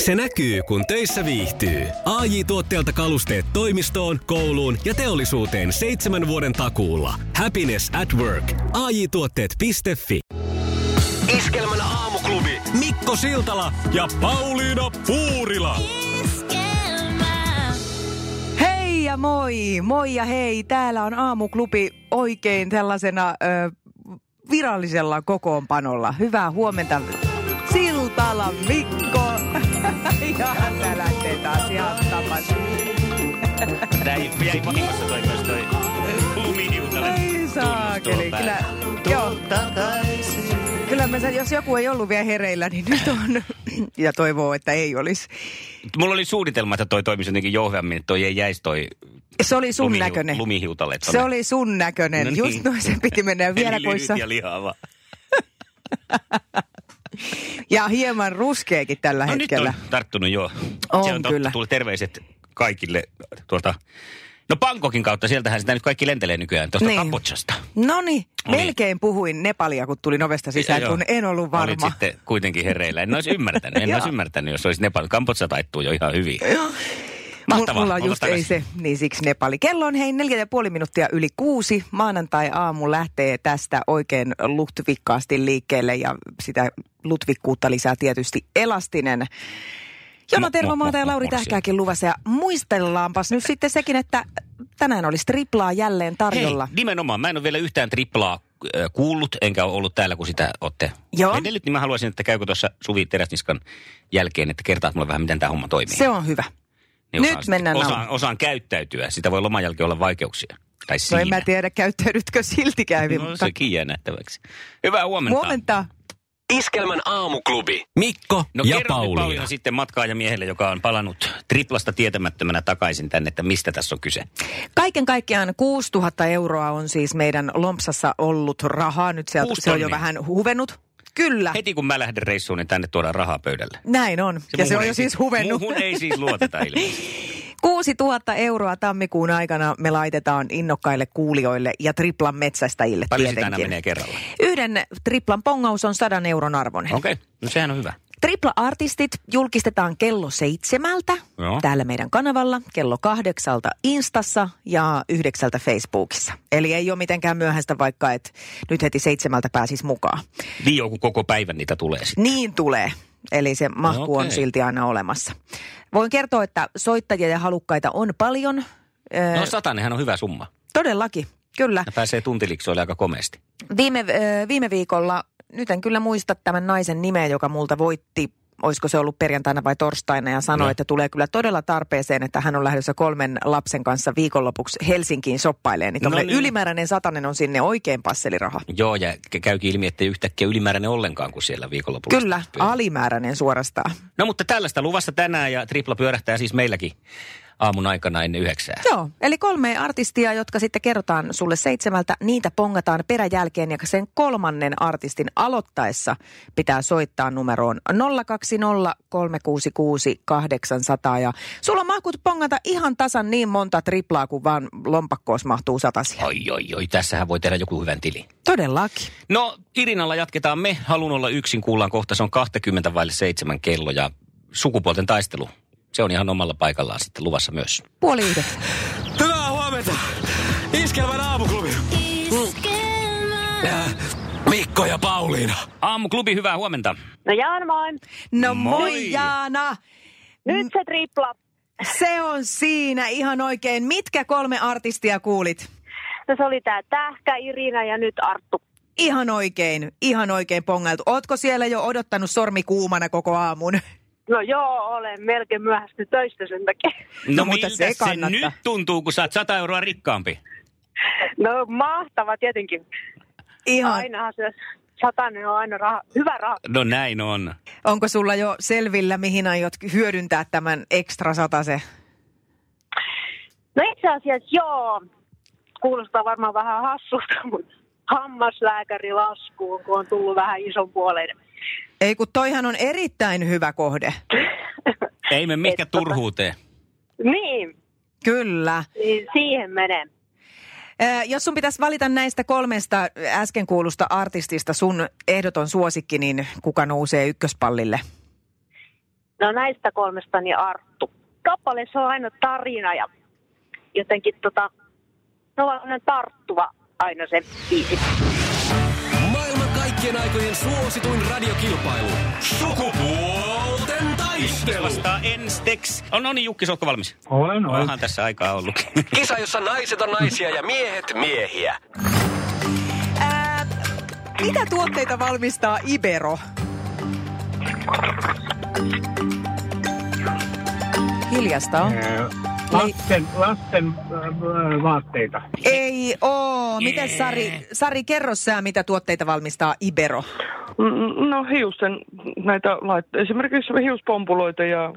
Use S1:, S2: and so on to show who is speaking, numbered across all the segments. S1: Se näkyy, kun töissä viihtyy. ai tuotteelta kalusteet toimistoon, kouluun ja teollisuuteen seitsemän vuoden takuulla. Happiness at work. ai tuotteetfi Iskelmän aamuklubi Mikko Siltala ja Pauliina Puurila.
S2: Hei ja moi, moi ja hei. Täällä on aamuklubi oikein tällaisena ö, virallisella kokoonpanolla. Hyvää huomenta. Siltala Mikko. ja tää lähtee taas ihan tapas.
S3: Tää jäi, jäi vahingossa toi myös toi lumihiutale.
S2: Ei saakeli. Kyllä, joo,
S3: takaisin.
S2: kyllä mä, sen- jos joku ei ollut vielä hereillä, niin nyt on. ja toivoo, että ei olisi.
S3: Mulla oli suunnitelma, että toi toimisi jotenkin jouheammin, että toi ei jäisi toi
S2: Se oli sun
S3: lumihiu-
S2: näköinen.
S3: lumihiutale.
S2: Se oli sun näköinen.
S3: No niin.
S2: Just noin se piti mennä vielä
S3: Eli lyhyt
S2: kuissa.
S3: ja lihava.
S2: Ja hieman ruskeakin tällä
S3: No nyt
S2: hetkellä.
S3: on tarttunut, joo.
S2: On
S3: Se on totta,
S2: kyllä.
S3: Tuli terveiset kaikille tuolta... No Pankokin kautta, sieltähän sitä nyt kaikki lentelee nykyään, tuosta
S2: Niin.
S3: niin. Kambodsasta.
S2: No niin,
S3: Niin.
S2: melkein puhuin Nepalia, kun tulin ovesta sisään,
S3: Joo.
S2: kun en ollut
S3: Olit
S2: varma.
S3: sitten kuitenkin hereillä. En olisi ymmärtänyt, en
S2: Joo.
S3: olisi ymmärtänyt, jos olisi Nepal. Kambodsa taittuu jo ihan hyvin.
S2: Mul-
S3: Mahtavaa.
S2: Mulla on
S3: Ollaan
S2: just ei
S3: takaisin.
S2: se, niin siksi Nepali. Kello on hei neljä ja puoli minuuttia yli kuusi. Maanantai-aamu lähtee tästä oikein lutvikkaasti liikkeelle ja sitä lutvikkuutta lisää tietysti elastinen. Jona
S3: Mu-
S2: Tervomaata
S3: mu-
S2: ja
S3: mu-
S2: Lauri
S3: morsian.
S2: Tähkääkin luvassa ja muistellaanpas nyt sitten sekin, että tänään olisi triplaa jälleen tarjolla.
S3: Hei, nimenomaan. Mä en ole vielä yhtään triplaa äh, kuullut, enkä ole ollut täällä, kun sitä olette
S2: Joo.
S3: edellyt, niin mä haluaisin, että käykö tuossa Suvi Teräsniskan jälkeen, että kertaat mulle vähän, miten tämä homma toimii.
S2: Se on hyvä.
S3: niin
S2: nyt
S3: osaan,
S2: mennään
S3: osaan,
S2: nauhoittamaan.
S3: osaan, käyttäytyä. Sitä voi loman jälkeen olla vaikeuksia. Tai
S2: No
S3: siinä.
S2: en mä tiedä, käyttäydytkö siltikään hyvin,
S3: No,
S2: mutta
S3: sekin jää nähtäväksi. Hyvää huomenta.
S2: huomenta.
S1: Iskelmän aamuklubi. Mikko
S3: No
S1: ja
S3: kerro Pauliina.
S1: Pauliina.
S3: Pauliina sitten matkaajamiehelle, joka on palannut triplasta tietämättömänä takaisin tänne, että mistä tässä on kyse.
S2: Ah. Kaiken kaikkiaan 6000 euroa on siis meidän lompsassa ollut rahaa. Nyt sieltä,
S3: Kuusi
S2: se on jo
S3: tonnia.
S2: vähän huvennut. Kyllä,
S3: Heti kun mä lähden reissuun, niin tänne tuodaan rahaa pöydälle.
S2: näin on. ja se
S3: muuhun
S2: on
S3: ei
S2: jo siis huvennut.
S3: Muuhun ei siis luoteta ilmeisesti.
S2: 6000 euroa tammikuun aikana me laitetaan innokkaille kuulijoille ja triplan metsästäjille
S3: Paljon sitä aina
S2: tietenkin.
S3: menee kerralla.
S2: Yhden triplan pongaus on 100 euron arvoinen.
S3: Okei, okay. no sehän on hyvä.
S2: Tripla-artistit julkistetaan kello seitsemältä
S3: Joo.
S2: täällä meidän kanavalla, kello kahdeksalta Instassa ja yhdeksältä Facebookissa. Eli ei ole mitenkään myöhäistä, vaikka et nyt heti seitsemältä pääsis mukaan.
S3: Niin joku koko päivän niitä tulee sitten.
S2: Niin tulee. Eli se mahku on
S3: okei.
S2: silti aina olemassa. Voin kertoa, että soittajia ja halukkaita on paljon. Ö,
S3: No satanenhan on hyvä summa.
S2: Todellakin, kyllä.
S3: Ja pääsee tuntiliksoille aika komeasti.
S2: Viime, ö, viime viikolla, nyt en kyllä muista tämän naisen nimeä, joka multa voitti, olisiko se ollut perjantaina vai torstaina, ja sanoi,
S3: No.
S2: että tulee kyllä todella tarpeeseen, että hän on lähdössä kolmen lapsen kanssa viikonlopuksi Helsinkiin soppaileen. Niin,
S3: No
S2: no niin.
S3: niin.
S2: ylimääräinen satanen on sinne oikein passeliraha.
S3: Joo, ja k- käykin ilmi, että ei yhtäkkiä ylimääräinen ollenkaan, kun siellä viikonlopulla.
S2: Kyllä,
S3: sitten pyörii.
S2: alimääräinen suorastaan.
S3: No mutta tällaista luvassa tänään ja tripla pyörähtää siis meilläkin aamun aikana ennen yhdeksää.
S2: Joo, eli kolme artistia, jotka sitten kerrotaan sulle seitsemältä, niitä pongataan peräjälkeen ja sen kolmannen artistin aloittaessa pitää soittaa numeroon 020 366 800 ja sulla on mahkut pongata ihan tasan niin monta triplaa kuin vaan lompakkoos mahtuu satasia.
S3: Oi, oi, oi, tässähän voi tehdä joku hyvän tili.
S2: Todellakin.
S3: No, Irinalla jatketaan me. Halun olla yksin kuullaan kohta. Se on 20 vaille seitsemän kello ja sukupuolten taistelu. Se on ihan omalla paikallaan sitten luvassa myös.
S2: Puoli yhdeksän.
S1: Hyvää huomenta. Iskelmän aamuklubi. Äh, Mikko ja Pauliina.
S3: Aamuklubi, hyvää huomenta.
S4: No Jaan moi.
S2: No moi,
S3: Moi.
S2: moi Jaana!
S4: Nyt se tripla.
S2: Se on siinä ihan oikein. Mitkä kolme artistia kuulit?
S4: No se oli tää Tähkä, Irina ja nyt Arttu.
S2: Ihan oikein, ihan oikein pongailtu. Ootko siellä jo odottanut sormi kuumana koko aamun?
S4: No joo, olen melkein myöhästy töistä sen takia.
S3: No,
S2: No,
S3: no
S2: mutta
S3: miltä
S2: se ei
S3: se, se
S2: kannata.
S3: nyt tuntuu, kun sä oot 100 euroa rikkaampi?
S4: No mahtava tietenkin.
S2: Ihan.
S4: Ainahan se satanen on aina raha, hyvä raha.
S3: No näin on.
S2: Onko sulla jo selvillä, mihin aiot hyödyntää tämän ekstra satase?
S4: No itse asiassa joo, kuulostaa varmaan vähän hassulta, mutta hammaslääkärilaskuun, kun on tullut vähän ison puoleinen.
S2: Ei kun toihan on erittäin hyvä kohde.
S3: Ei me mikä turhuuteen.
S4: Niin,
S2: Kyllä.
S4: niin siihen menee.
S2: Ö, Jos sun pitäisi valita näistä kolmesta äsken kuulusta artistista sun ehdoton suosikki, niin kuka nousee ykköspallille?
S4: No näistä kolmesta niin Arttu. Kappale se on aina tarina ja jotenkin tota, no on tarttuva aina se biisi.
S1: Maailman kaikkien aikojen suosituin radiokilpailu. Sukupuolten taistelu.
S3: Vastaa Enstex. On, no niin, Jukki, ootko valmis?
S5: Olen, olen.
S3: Onhan tässä aikaa ollut.
S1: Kisa, jossa naiset on naisia ja miehet miehiä.
S2: Ää, mitä tuotteita valmistaa Ibero? Hiljasta on. Niin,
S5: Ää, Lasten, lasten äh, vaatteita.
S2: Ei oo. Miten Sari, Sari kerro sä, mitä tuotteita valmistaa Ibero?
S6: Mm, No hiusten näitä laitteita, esimerkiksi hiuspompuloita ja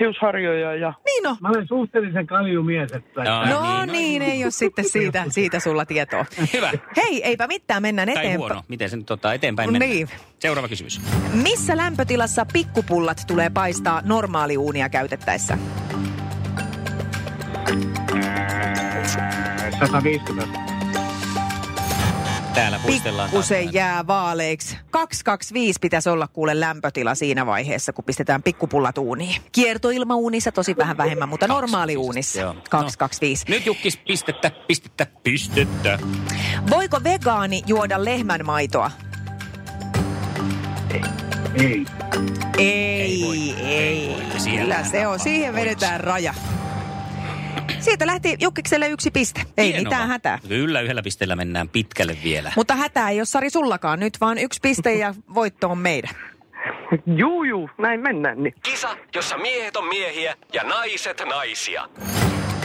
S6: hiusharjoja ja
S2: Niin on.
S5: Mä olen suhteellisen kaljumies, että
S3: Joo.
S2: No niin, ei ole sitten siitä, siitä sulla tietoa.
S3: Hyvä.
S2: Hei, eipä mitään, mennään
S3: Tai
S2: eteenpäin.
S3: huono. Miten se nyt ottaa eteenpäin
S2: No
S3: mennään.
S2: niin.
S3: Seuraava kysymys.
S2: Missä lämpötilassa pikkupullat tulee paistaa normaaliuunia käytettäessä?
S5: 150.
S3: Täällä puistellaan. taas
S2: Pikkusen
S3: näitä.
S2: jää vaaleiksi. 225 pitäisi olla kuule lämpötila siinä vaiheessa, kun pistetään pikkupullat uuniin. Kiertoilmauunissa tosi vähän vähemmän, mutta normaali uunissa.
S3: siis, Joo. No.
S2: 225.
S3: Nyt Jukkis, pistettä, pistettä, pistettä.
S2: Voiko vegaani juoda lehmän maitoa?
S5: Ei.
S2: Ei,
S3: voi,
S2: ei.
S3: ei voi, ja siellä
S2: Kyllä se on.
S3: nappaa
S2: Siihen
S3: pois.
S2: vedetään raja. Siitä lähti Jukkikselle yksi piste. Ei
S3: Hienoa.
S2: mitään hätää.
S3: Kyllä, yhdellä pisteellä mennään pitkälle vielä.
S2: Mutta hätää ei ole Sari sullakaan nyt, vaan yksi piste ja voitto on meidän.
S6: juu juu, näin mennään niin.
S1: Kisa, jossa miehet on miehiä ja naiset naisia.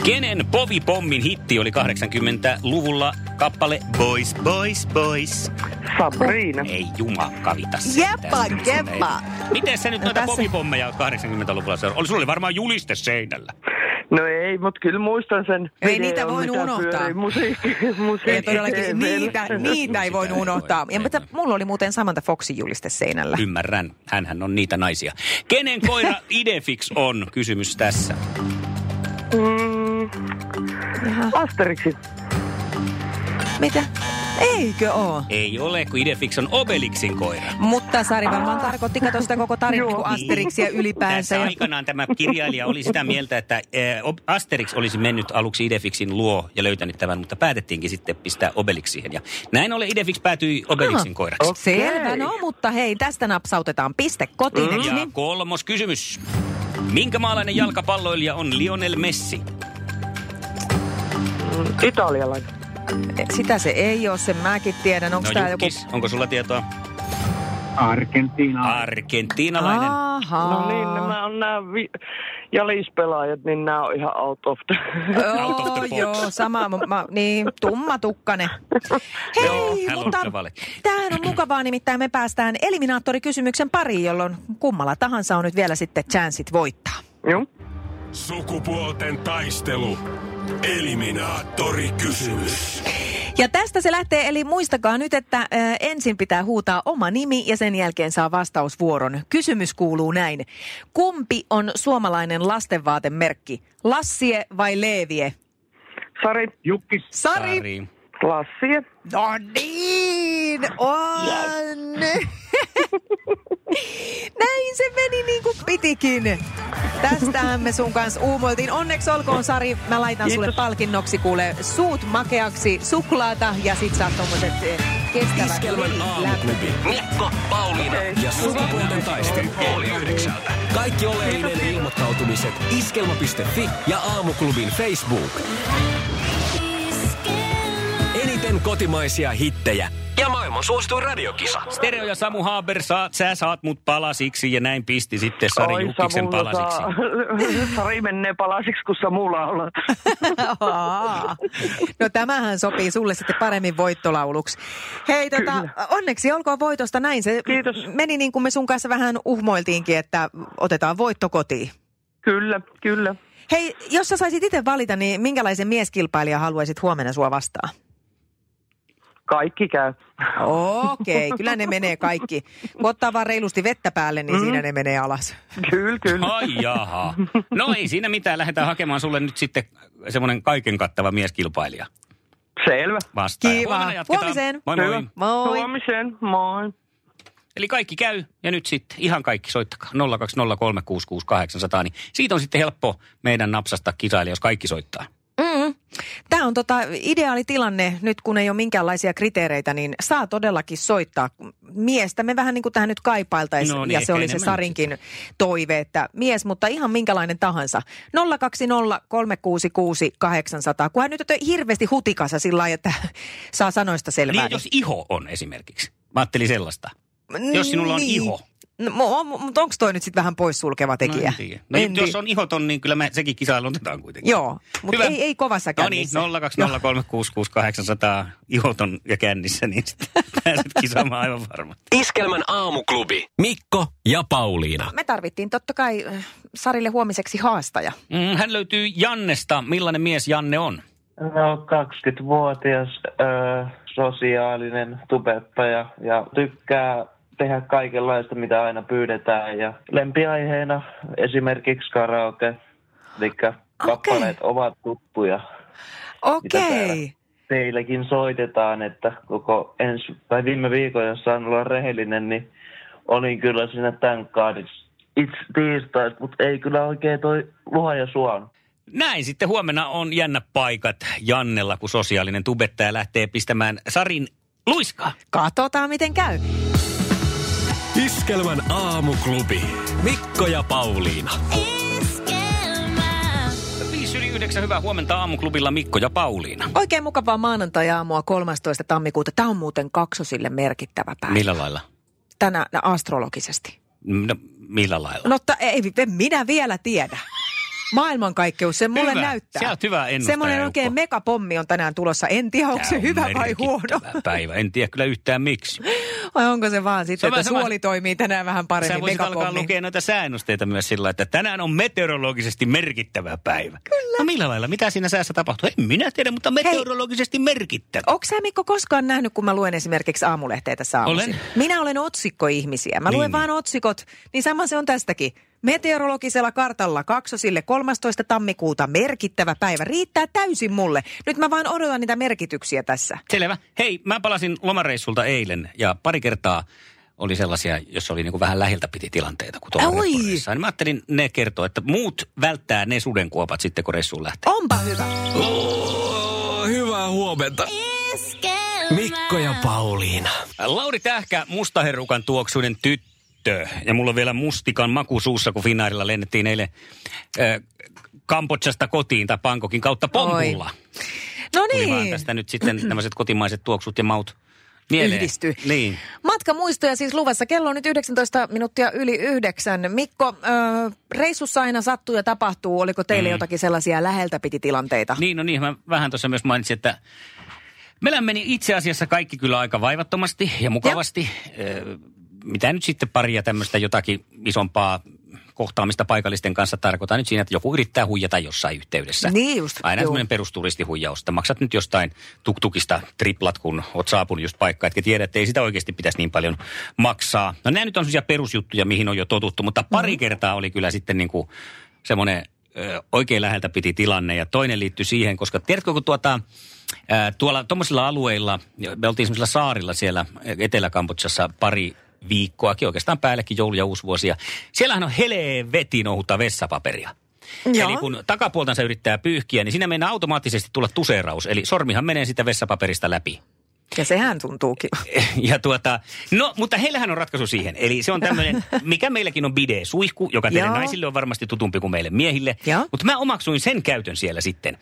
S3: Kenen povipommin hitti oli 80-luvulla kappale Boys, Boys, Boys?
S6: Sabrina.
S3: Ei jumakavita
S2: Jeppa, jeppa.
S3: Miten sä nyt
S2: No
S3: noita
S2: tässä-
S3: povipommeja oot 80-luvulla seurannut? Oli, sulla oli varmaan juliste seinällä.
S6: No ei, mutta kyllä muistan sen
S2: Ei niitä
S6: videon,
S2: voinut
S6: mitä
S2: unohtaa.
S6: pyörii Musiikki, musiikki.
S2: Ei todellakin, niitä,
S3: ei,
S2: niitä
S3: ei,
S2: ei voinut
S3: ei voi,
S2: unohtaa.
S3: ei
S2: Ja mutta
S3: voi.
S2: mulla oli muuten Samantha Foxin juliste seinällä.
S3: Ymmärrän, hänhän on niitä naisia. Kenen koira Idefix on? Kysymys tässä.
S6: Mm, Asteriksi.
S2: Mitä? Eikö oo?
S3: Ei ole, kun Idefix on Obelixin koira.
S2: Mutta Sari varmaan tarkoitti, kato sitä koko tarinaa niin kuin Asteriksia ylipäänsä.
S3: Tässä
S2: ja-
S3: aikanaan tämä kirjailija oli sitä mieltä, että eh, Ob- Asterix olisi mennyt aluksi Idefixin luo ja löytänyt tämän, mutta päätettiinkin sitten pistää Obelix siihen. Ja näin ollen Idefix päätyi Obelixin
S2: Aha.
S3: koiraksi.
S2: Selvä, no mutta hei, tästä napsautetaan piste kotiin, eikö
S3: Ja
S2: niin?
S3: kolmos kysymys. Minkä maalainen jalkapalloilija on Lionel Messi?
S6: Italialainen.
S2: Sitä se ei ole, sen mäkin tiedän. Onko tää
S3: no
S2: joku...
S3: Jukkis, onko sulla tietoa?
S5: Argentiina.
S3: Argentiinalainen.
S2: Ahaa.
S6: No niin, nämä on nämä vi- jalispelaajat, niin nämä on ihan out of the...
S3: Out of
S2: Joo,
S3: the box.
S2: joo, sama, mä- mä, niin, tumma tukkane. Hei,
S3: Joo, hän on
S2: mutta
S3: tavalle.
S2: tämähän on mukavaa, nimittäin me päästään eliminaattorikysymyksen pariin, jolloin kummalla tahansa on nyt vielä sitten chanssit voittaa.
S6: Joo.
S1: Sukupuolten taistelu. Eliminaattori kysymys.
S2: Ja tästä se lähtee, eli muistakaa nyt, että ö, ensin pitää huutaa oma nimi ja sen jälkeen saa vastausvuoron. Kysymys kuuluu näin. Kumpi on suomalainen lastenvaatemerkki? Lassie vai Leevie?
S6: Sari,
S5: Jukkis.
S2: Sari!
S6: Lassie.
S2: No niin, on. Näin se meni niin kuin pitikin. Tästähän me sun kanssa uumoiltiin. Onneksi olkoon Sari, mä laitan sulle
S6: Kiitos.
S2: palkinnoksi kuule suut makeaksi, suklaata ja sit saat tommoset eh, kestävät
S1: Iskelmän
S2: lämpö.
S1: aamuklubi. Mikko, Pauliina ja sukupuolten taistelu. Oli yhdeksältä. Niin. Kaikki oleellinen ilmoittautumiset iskelma.fi ja aamuklubin Facebook. Eniten kotimaisia hittejä ja maailman suosituin radiokisa.
S3: Stereo ja Samu Haber, saat, sä saat mut palasiksi ja näin pisti sitten Sari
S6: Oi,
S3: Jukkiksen
S6: Samulla
S3: palasiksi.
S6: Saa. Sari menee palasiksi, kun Samulla on.
S2: Aa. No tämähän sopii sulle sitten paremmin voittolauluksi. Hei, tota, onneksi olkoon voitosta näin. Se
S6: Kiitos.
S2: meni niin kuin me sun kanssa vähän uhmoiltiinkin, että otetaan voitto kotiin.
S6: Kyllä, kyllä.
S2: Hei, jos sä saisit itse valita, niin minkälaisen mieskilpailijan haluaisit huomenna sua vastaan?
S6: Kaikki käy.
S2: Okei, kyllä ne menee kaikki. Kun ottaa vaan reilusti vettä päälle, niin mm. siinä ne menee alas.
S6: Kyllä, kyllä.
S3: Ai jaha. No ei siinä mitään. Lähdetään hakemaan sulle nyt sitten semmoinen kaiken kattava mieskilpailija
S6: Selvä.
S3: vastaan.
S2: Kiva.
S3: Huomenna jatketaan.
S2: Huomiseen.
S3: Moi moi.
S6: Hyvä.
S2: Moi.
S6: Huomiseen. Moi.
S3: Eli kaikki käy ja nyt sitten ihan kaikki soittakaa 020366800, niin siitä on sitten helppo meidän napsasta kisailla, jos kaikki soittaa.
S2: Mm. Tämä on tota ideaali tilanne nyt, kun ei ole minkäänlaisia kriteereitä, niin saa todellakin soittaa miestä. Me vähän niin kuin tähän nyt kaipailtaisiin,
S3: No
S2: no
S3: niin,
S2: niin, ja
S3: ehkä
S2: se oli se
S3: enemmän
S2: Sarinkin toive, että mies, mutta ihan minkälainen tahansa. 020 366 800, kunhan nyt on hirveästi hutikassa sillä lailla, että saa sanoista selvää.
S3: Niin, jos iho on esimerkiksi. Mä ajattelin sellaista. No,
S2: niin-
S3: Jos sinulla on
S2: niin.
S3: iho.
S2: No, mo- mo- mutta onko toi nyt sitten vähän poissulkeva
S3: No,
S2: tekijä?
S3: en tiedä. no
S2: En
S3: jos
S2: tiedä.
S3: on ihoton, niin kyllä me sekin kisailu otetaan kuitenkin.
S2: Joo, mutta
S3: Hyvä.
S2: ei, ei kovassa
S3: No niin,
S2: käynnissä.
S3: 020366800, ihoton ja kännissä, niin sitten pääset kisaamaan aivan varmasti.
S1: Iskelmän aamuklubi. Mikko ja Pauliina.
S2: Me tarvittiin totta kai äh, Sarille huomiseksi haastaja.
S3: Mm, hän löytyy Jannesta. Millainen mies Janne on?
S7: No, 20-vuotias ö, sosiaalinen tubettaja ja tykkää tehdä kaikenlaista, mitä aina pyydetään. Ja lempiaiheena esimerkiksi karaoke, eli kappaleet ovat tuttuja.
S2: Okei.
S7: Teilläkin soitetaan, että koko ensi, tai viime viikon, jos saan olla rehellinen, niin olin kyllä siinä tämän kaadissa. Itse tiistaista, mutta ei kyllä oikein toi luha ja suon.
S3: Näin sitten huomenna on jännä paikat Jannella, kun sosiaalinen tubettaja lähtee pistämään Sarin luiskaa.
S2: Katsotaan, miten käy.
S1: Iskelmän aamuklubi. Mikko ja Pauliina.
S8: Iskelmä.
S3: 5.9. Hyvää huomenta aamuklubilla Mikko ja Pauliina.
S2: Oikein mukavaa maanantai-aamua 13. tammikuuta. Tämä on muuten kaksosille merkittävä päivä.
S3: Millä lailla?
S2: Tänä no, astrologisesti.
S3: No, millä lailla?
S2: No ta- ei, en minä vielä tiedä. Maailmankaikkeus, se mulle
S3: Hyvä.
S2: näyttää.
S3: Sä oot hyvä ennustaja,
S2: Semmoinen oikein
S3: Ukko.
S2: megapommi on tänään tulossa. En tiedä, onko
S3: Tää
S2: se
S3: on
S2: hyvä vai
S3: merkittävä
S2: huono.
S3: päivä. En tiedä kyllä yhtään miksi.
S2: Vai onko se vaan
S3: Se on
S2: sitten,
S3: vähän
S2: että
S3: sama-
S2: suoli toimii tänään vähän
S3: Sä
S2: paremmin
S3: voisit alkaa
S2: megapommi.
S3: lukea noita säännösteitä myös sillä, lailla, että tänään on meteorologisesti merkittävä päivä. Kyllä. No millä lailla? Mitä siinä säässä tapahtuu? En minä tiedä, mutta meteorologisesti merkittävä.
S2: Onko sä Mikko koskaan nähnyt, kun mä luen esimerkiksi aamulehteitä saamuisin?
S3: Olen.
S2: Minä olen otsikkoihmisiä. Mä
S3: Niin,
S2: luen
S3: niin.
S2: vaan otsikot, niin sama se on tästäkin. Meteorologisella kartalla kaksosille 13. tammikuuta merkittävä päivä. Riittää täysin mulle. Nyt mä vaan odotan niitä merkityksiä tässä.
S3: Selvä. Hei, mä palasin lomareissulta eilen ja pari kertaa oli sellaisia, jos oli niin kuin vähän läheltä piti tilanteita, kun tuolla
S2: Oi!
S3: reissulla. Niin mä ajattelin ne kertoa, että muut välttää ne sudenkuopat sitten, kun reissuun lähtee.
S2: Onpa hyvä.
S1: Oh, hyvää huomenta.
S8: Iskelmä.
S1: Mikko ja Pauliina.
S3: Lauri Tähkä, mustaherukan tuoksuinen tyttö. Ja mulla on vielä mustikan maku suussa, kun Finnairilla lennettiin eilen äh, Kambodsasta kotiin tai Pankokin kautta pompulla.
S2: No
S3: Tuli vaan
S2: niin.
S3: tästä nyt sitten tämmöiset kotimaiset tuoksut ja maut mieleen.
S2: Yhdistyy.
S3: Niin.
S2: Matkamuistoja siis luvassa. Kello on nyt 19 minuuttia yli yhdeksän. Mikko, äh, reissussa aina sattuu ja tapahtuu. Oliko teille mm. jotakin sellaisia läheltä piti tilanteita?
S3: Niin, no niin, mä vähän tuossa myös mainitsin, että meillä meni itse asiassa kaikki kyllä aika vaivattomasti ja mukavasti. Ö, Mitä nyt sitten paria tämmöistä jotakin isompaa kohtaamista paikallisten kanssa tarkoittaa nyt siinä, että joku yrittää huijata jossain yhteydessä.
S2: Niin just,
S3: Aina
S2: juu.
S3: semmoinen perusturistihuijaus, että maksat nyt jostain tuktukista triplat, kun oot saapunut just paikkaan, etkä tiedä, että ei sitä oikeasti pitäisi niin paljon maksaa. No nämä nyt on semmoisia perusjuttuja, mihin on jo totuttu, mutta pari mm. kertaa oli kyllä sitten niin kuin semmoinen ö, oikein läheltä piti tilanne. Ja toinen liittyi siihen, koska tiedätkö, kun tuota, ö, tuolla tuommoisilla alueilla, me oltiin semmoisilla saarilla siellä Etelä-Kambodsassa pari viikkoakin, oikeastaan päällekin joulu- ja uusivuosia. Siellähän on helvetin ohutta vessapaperia.
S2: Joo.
S3: Eli kun takapuoltansa yrittää pyyhkiä, niin siinä meinaa automaattisesti tulla tuseeraus. Eli sormihan menee sitä vessapaperista läpi.
S2: Ja sehän tuntuukin.
S3: Ja tuota, no, mutta heillähän on ratkaisu siihen. Eli se on tämmöinen, mikä meilläkin on bide-suihku, joka teille
S2: Joo.
S3: naisille on varmasti tutumpi kuin meille miehille.
S2: Joo.
S3: Mutta mä omaksuin sen käytön siellä sitten.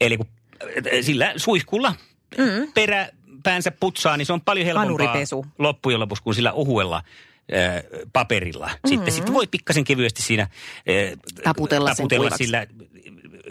S3: Eli kun äh, sillä suihkulla mm. perä päänsä putsaa, niin se on paljon helpompaa
S2: Hanuripesu.
S3: loppujen lopuksi kuin sillä ohuella äh, paperilla. Sitten sit voi pikkasen kevyesti siinä äh,
S2: Mm. Taputella sen
S3: taputella
S2: kuivaksi.
S3: sillä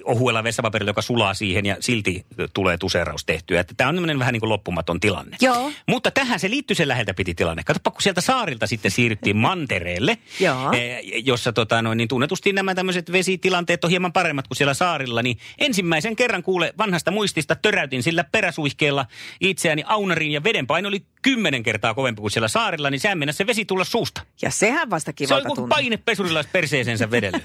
S3: ohuella vessapaperilla, joka sulaa siihen ja silti tulee tuseeraus tehtyä. Että Tämä on tämmöinen vähän niin kuin loppumaton tilanne.
S2: Joo.
S3: Mutta tähän se liittyy se läheltä piti tilanne. Katsoppa, kun sieltä saarilta sitten siirryttiin mantereelle,
S2: Joo.
S3: eh, jossa tota, noin, niin tunnetusti nämä tämmöiset vesitilanteet on hieman paremmat kuin siellä saarilla, niin ensimmäisen kerran kuule vanhasta muistista töräytin sillä peräsuihkeella itseäni aunarin ja vedenpaino oli kymmenen kertaa kovempi kuin siellä saarilla, niin sään mennä se vesi tulla suusta.
S2: Ja sehän vasta
S3: Se oli
S2: kivalta
S3: kuin
S2: tuntuu.
S3: paine pesurilas perseeseensä vedellyt.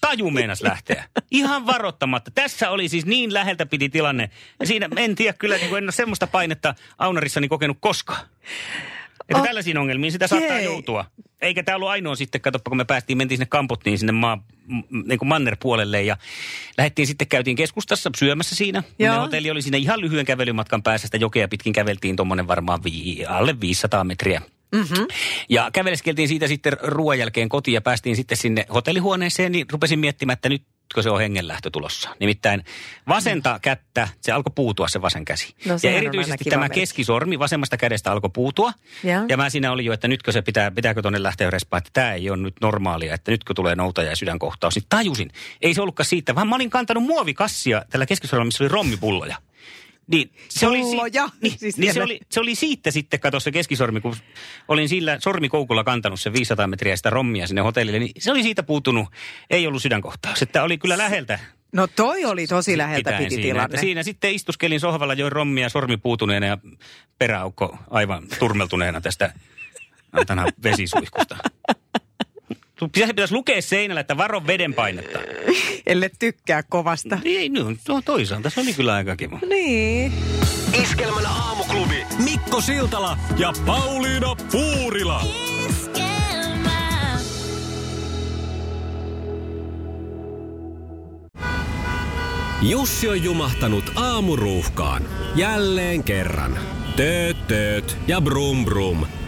S3: Taju meinas lähteä. Ihan varoittamatta. Tässä oli siis niin läheltä piti tilanne. Ja siinä en tiedä kyllä, niin kuin en ole semmoista painetta Aunarissani kokenut koskaan. Että
S2: Oh.
S3: oh. tällaisiin ongelmiin sitä saattaa
S2: Jei.
S3: Jei. joutua. Eikä tämä ollut ainoa sitten, katsoppa kun me päästiin, mentiin sinne Kampotniin sinne maa, niin kuin mannerpuolelle ja lähdettiin sitten, käytiin keskustassa syömässä siinä.
S2: Joo.
S3: Joo. Hotelli oli siinä ihan lyhyen kävelymatkan päässä, sitä jokea pitkin käveltiin tuommoinen varmaan vi, alle 500 metriä.
S2: Mm-hmm.
S3: Ja käveleskeltiin siitä sitten ruoan jälkeen kotiin ja päästiin sitten sinne hotellihuoneeseen, niin rupesin miettimään, että nytkö se on hengenlähtö tulossa. Nimittäin vasenta kättä, se alkoi puutua se vasen käsi.
S2: Mm. No sehän on
S3: ja
S2: aina
S3: erityisesti
S2: kiva
S3: tämä
S2: merkki.
S3: keskisormi vasemmasta kädestä alkoi puutua.
S2: Joo.
S3: Ja mä siinä oli jo, että nytkö se pitää, pitääkö tonne lähteä respaa, että tämä ei ole nyt normaalia, että nytkö tulee noutaja ja sydänkohtaus. Niin tajusin, ei se ollutkaan siitä, vaan mä olin kantanut muovikassia tällä keskisormissa oli rommipulloja. Niin, se oli,
S2: Pulloja?
S3: niin,
S2: Siis
S3: niin se,
S2: siellä-
S3: oli, se oli siitä sitten, kato se keskisormi, kun olin sillä sormikoukulla kantanut se 500 metriä sitä rommia sinne hotellille, niin se oli siitä puuttunut, ei ollut sydänkohtaus. Että oli kyllä läheltä
S2: No toi oli tosi läheltä
S3: pitäen
S2: piti
S3: siinä.
S2: tilanne.
S3: Että siinä sitten istuskelin sohvalla, join rommia sormi puutuneena ja peräaukko aivan turmeltuneena tästä antana vesisuihkusta. Tu- Pitäisi, pitäisi lukea seinällä, että varo veden painetta.
S2: Elle tykkää kovasta.
S3: Ei, no, to- toisaalta se oli kyllä aika kiva.
S2: Niin.
S1: Iskelmän aamuklubi. Mikko Siltala ja Pauliina Puurila. Jussi on jumahtanut aamuruuhkaan. Jälleen kerran. Tööt, tööt ja brum brum.